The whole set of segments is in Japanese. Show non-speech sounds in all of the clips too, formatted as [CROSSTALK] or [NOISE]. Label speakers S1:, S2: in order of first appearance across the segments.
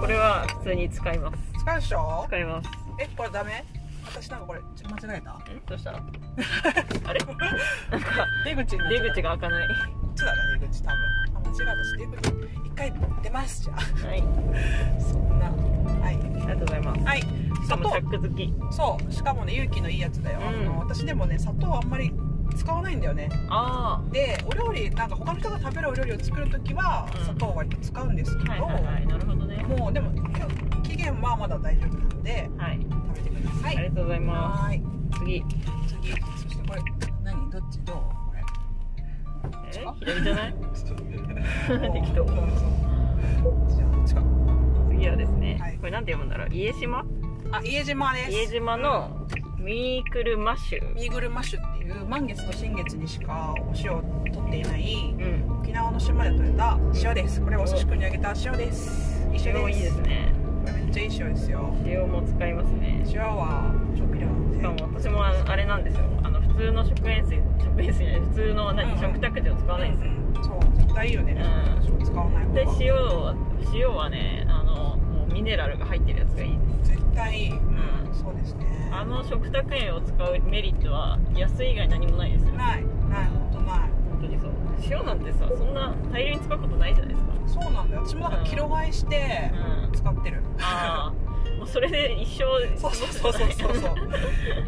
S1: これは普通に使います
S2: 使うでしょ
S1: 使います
S2: えこれダメ私なんかこれちょ間違えた
S1: えどうしたあれなんか
S2: 出口になっち
S1: 出
S2: ゃった
S1: 口が開かない
S2: こっちだね出口多分あ間違えたし出口一回出ますじゃあ
S1: はい
S2: そんなは
S1: あ
S2: い
S1: りがとうございます
S2: はい
S1: しか
S2: 砂
S1: も
S2: 糖
S1: チャック好き
S2: そうしかもね勇気のいいやつだよ、
S1: うん
S2: あの私でもね砂糖あんまり使わないんだよね
S1: あ
S2: でお料理なんか他の人が食べるお料理を作る時は
S1: うん
S2: 砂糖を割と使うんですけ
S1: あ
S2: ど、
S1: はいはいはいなるほどね
S2: もうでも今日期限はまだ大丈夫なんで
S1: はい
S2: 食べてくださ
S1: あり
S2: い
S1: がとうございま
S2: はーい
S1: す次
S2: 次そしてこれ何どっちどうこれ
S1: え
S2: 近
S1: 左じゃない適当
S2: そうそうじゃあ近っ
S1: [LAUGHS] 次はですね、
S2: はい
S1: これなんて読むんだろう家島
S2: あ家島です
S1: 家島のミークルマッシュ
S2: ミーグルマッシュっていう満月と新月にしかお塩を取っていない
S1: うん
S2: 沖縄の島で取れた塩ですこれお寿司君にあげた塩です一緒
S1: 塩
S2: で
S1: い
S2: す
S1: いですね
S2: これめっちゃいい塩ですよ
S1: 塩も使いますね
S2: 塩は食料なんで
S1: しかも私もあのあれなんですよあの普通の食塩水食塩水じゃない普通の何、
S2: うんうん
S1: 食卓では使わないんですよ
S2: うんうんそう絶対いいよね、
S1: う
S2: 使わない方
S1: で
S2: が
S1: 塩は塩はねあのもうミネラルが入ってるやつがいいです
S2: 絶対いい、うん
S1: う
S2: そうですね
S1: あの食卓塩を使うメリットは安い以外何もないですよ
S2: ないないほんとない
S1: 本当にそう塩なんてさそんな大量に使うことないじゃないですか
S2: そうなんだよ私もなんかキロ買いして
S1: うん
S2: 使ってる、
S1: ああもうそれで一生
S2: そうそうそうそうそうそう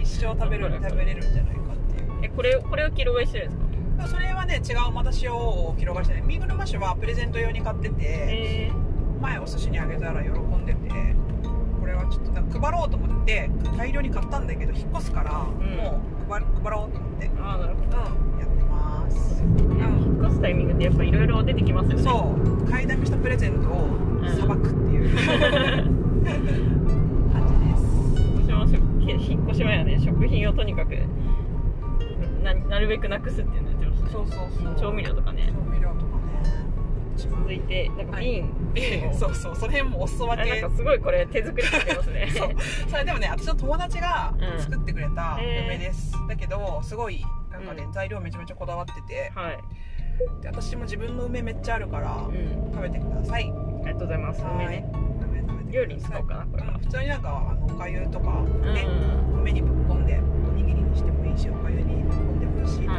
S2: 一生食べる食べれるんじゃないかっていう
S1: えこれこれをキロ買いしてるんですか
S2: それはね違うまた塩を広がしてねミーグルマッシュはプレゼント用に買ってて
S1: え
S2: 前お寿司にあげたら喜んでてこれはちょっとなんか配ろうと思って大量に買ったんだけど引っ越すから、
S1: ん
S2: もう配配ろうと思って
S1: ー、ああなるほど
S2: うんやってます、うん、
S1: 引っ越すタイミングってやっぱいろいろ出てきますよね
S2: そう買いだめしたプレゼントを
S1: ん
S2: さばくって [LAUGHS] いう、感じです
S1: 私も食引っ越し前はね食品をとにかくななるべくなくすっていうのやってましたね
S2: そうそうそう
S1: 調味料とかね
S2: 調味料とかね一番
S1: 続いてなんか
S2: はい
S1: 瓶、瓶を
S2: [LAUGHS] そうそうその辺もお裾
S1: あ
S2: 分
S1: れ
S2: け
S1: なんかすごいこれ手作りしてますね
S2: [LAUGHS] そうそれでもね私の友達が
S1: うん
S2: 作ってくれた
S1: へー
S2: 梅です、だけどすごいなんかね、
S1: うん
S2: 材料めちゃめちゃこだわってて
S1: はい、
S2: で私も自分の梅めっちゃあるから
S1: うん、
S2: 食べてください
S1: ありがとうございます
S2: は
S1: 梅
S2: い
S1: ね
S2: 梅食べて
S1: 料
S2: く
S1: 理
S2: だ
S1: に
S2: さ
S1: 使
S2: い
S1: おうかなこれ
S2: うん
S1: は
S2: 普通になんかあのおかゆとか
S1: うん、
S2: ね、米にぶっこんでおにぎりにしてもいいしおかゆにぶっこんでもいいし、
S1: はい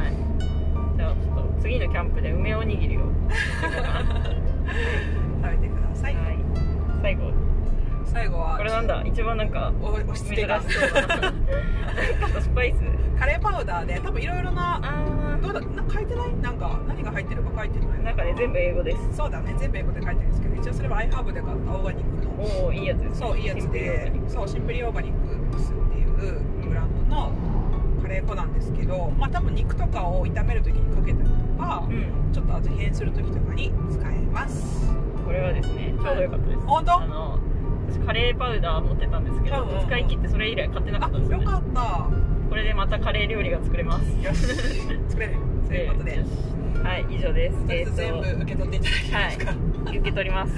S1: じゃあちょっと次のキャンプで梅おにぎりを作っていこうかな
S2: 食べてください、
S1: はい最後
S2: 最後は
S1: これなんだ一番なんか
S2: お押し
S1: 珍
S2: 付
S1: しそ
S2: け
S1: うだ
S2: が
S1: ななんかスパイス
S2: カレーパウダーで多分いろいろな
S1: あ
S2: どうだなんか書いてないなんか何が入ってるか書いてない
S1: 中で全部英語です
S2: そうだね全部英語で書いてるんですけど一応それはアイハーブで買ったオーガニックの
S1: おおいいやつですね
S2: そういいやつでそうシンプリオーガニックミックスっていうブランドのカレー粉なんですけどまあ多分肉とかを炒める時にかけたりとか
S1: うん
S2: ちょっと味変する時とかに使えます
S1: これはですねちょうどよかったです
S2: 本当
S1: あの私カレーパウダー持ってたんですけど、
S2: うんうんうん
S1: 使い切ってそれ以来買ってなか
S2: あ
S1: ったんですよ、
S2: よ
S1: ね、
S2: かった
S1: これでまたカレー料理が作れます
S2: よし作れるということ
S1: よ
S2: で
S1: しはい以上です
S2: とりあえ
S1: ー
S2: ず全部受け取っていただけますか、
S1: 受け取り
S2: [LAUGHS]
S1: ます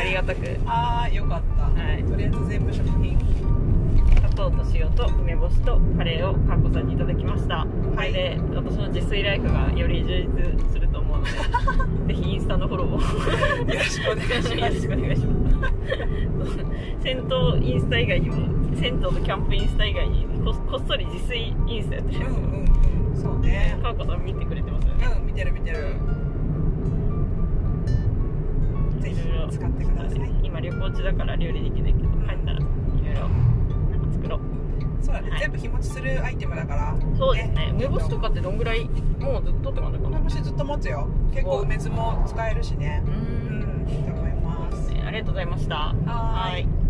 S1: ありがたく
S2: ああよかった、
S1: はい
S2: とりあえず全部食品
S1: 砂糖と塩と梅干しとカレーをかっこさんにいただきましたこれで私の自炊ライフがより充実すると思うの
S2: [LAUGHS]
S1: でぜひインスタのフォローを
S2: よろしくお願いし
S1: よ
S2: ま
S1: ろし
S2: す
S1: くお願いします。銭湯インスタ以外にも、銭湯とキャンプインスタ以外にこ、こっそり自炊インスタやってるですよ。
S2: うんんうんうんそうね
S1: かわこさん見てくれてますよね。
S2: うん見てる見てるぜひ使ってください
S1: 今旅行中だから料理できないけど、帰ったらいろいろなんか作ろう。
S2: そうだね、
S1: はい
S2: 全部日持ちするアイテムだから
S1: そうですね。梅干しとかってどんぐらい、もうずっとってまだか
S2: 梅
S1: な。
S2: 干しずっと持つよ結構梅酢も使えるしね
S1: う。
S2: うんんいいと思い
S1: そう
S2: ま
S1: ですすね。ありがとうございました。
S2: はーい
S1: ーい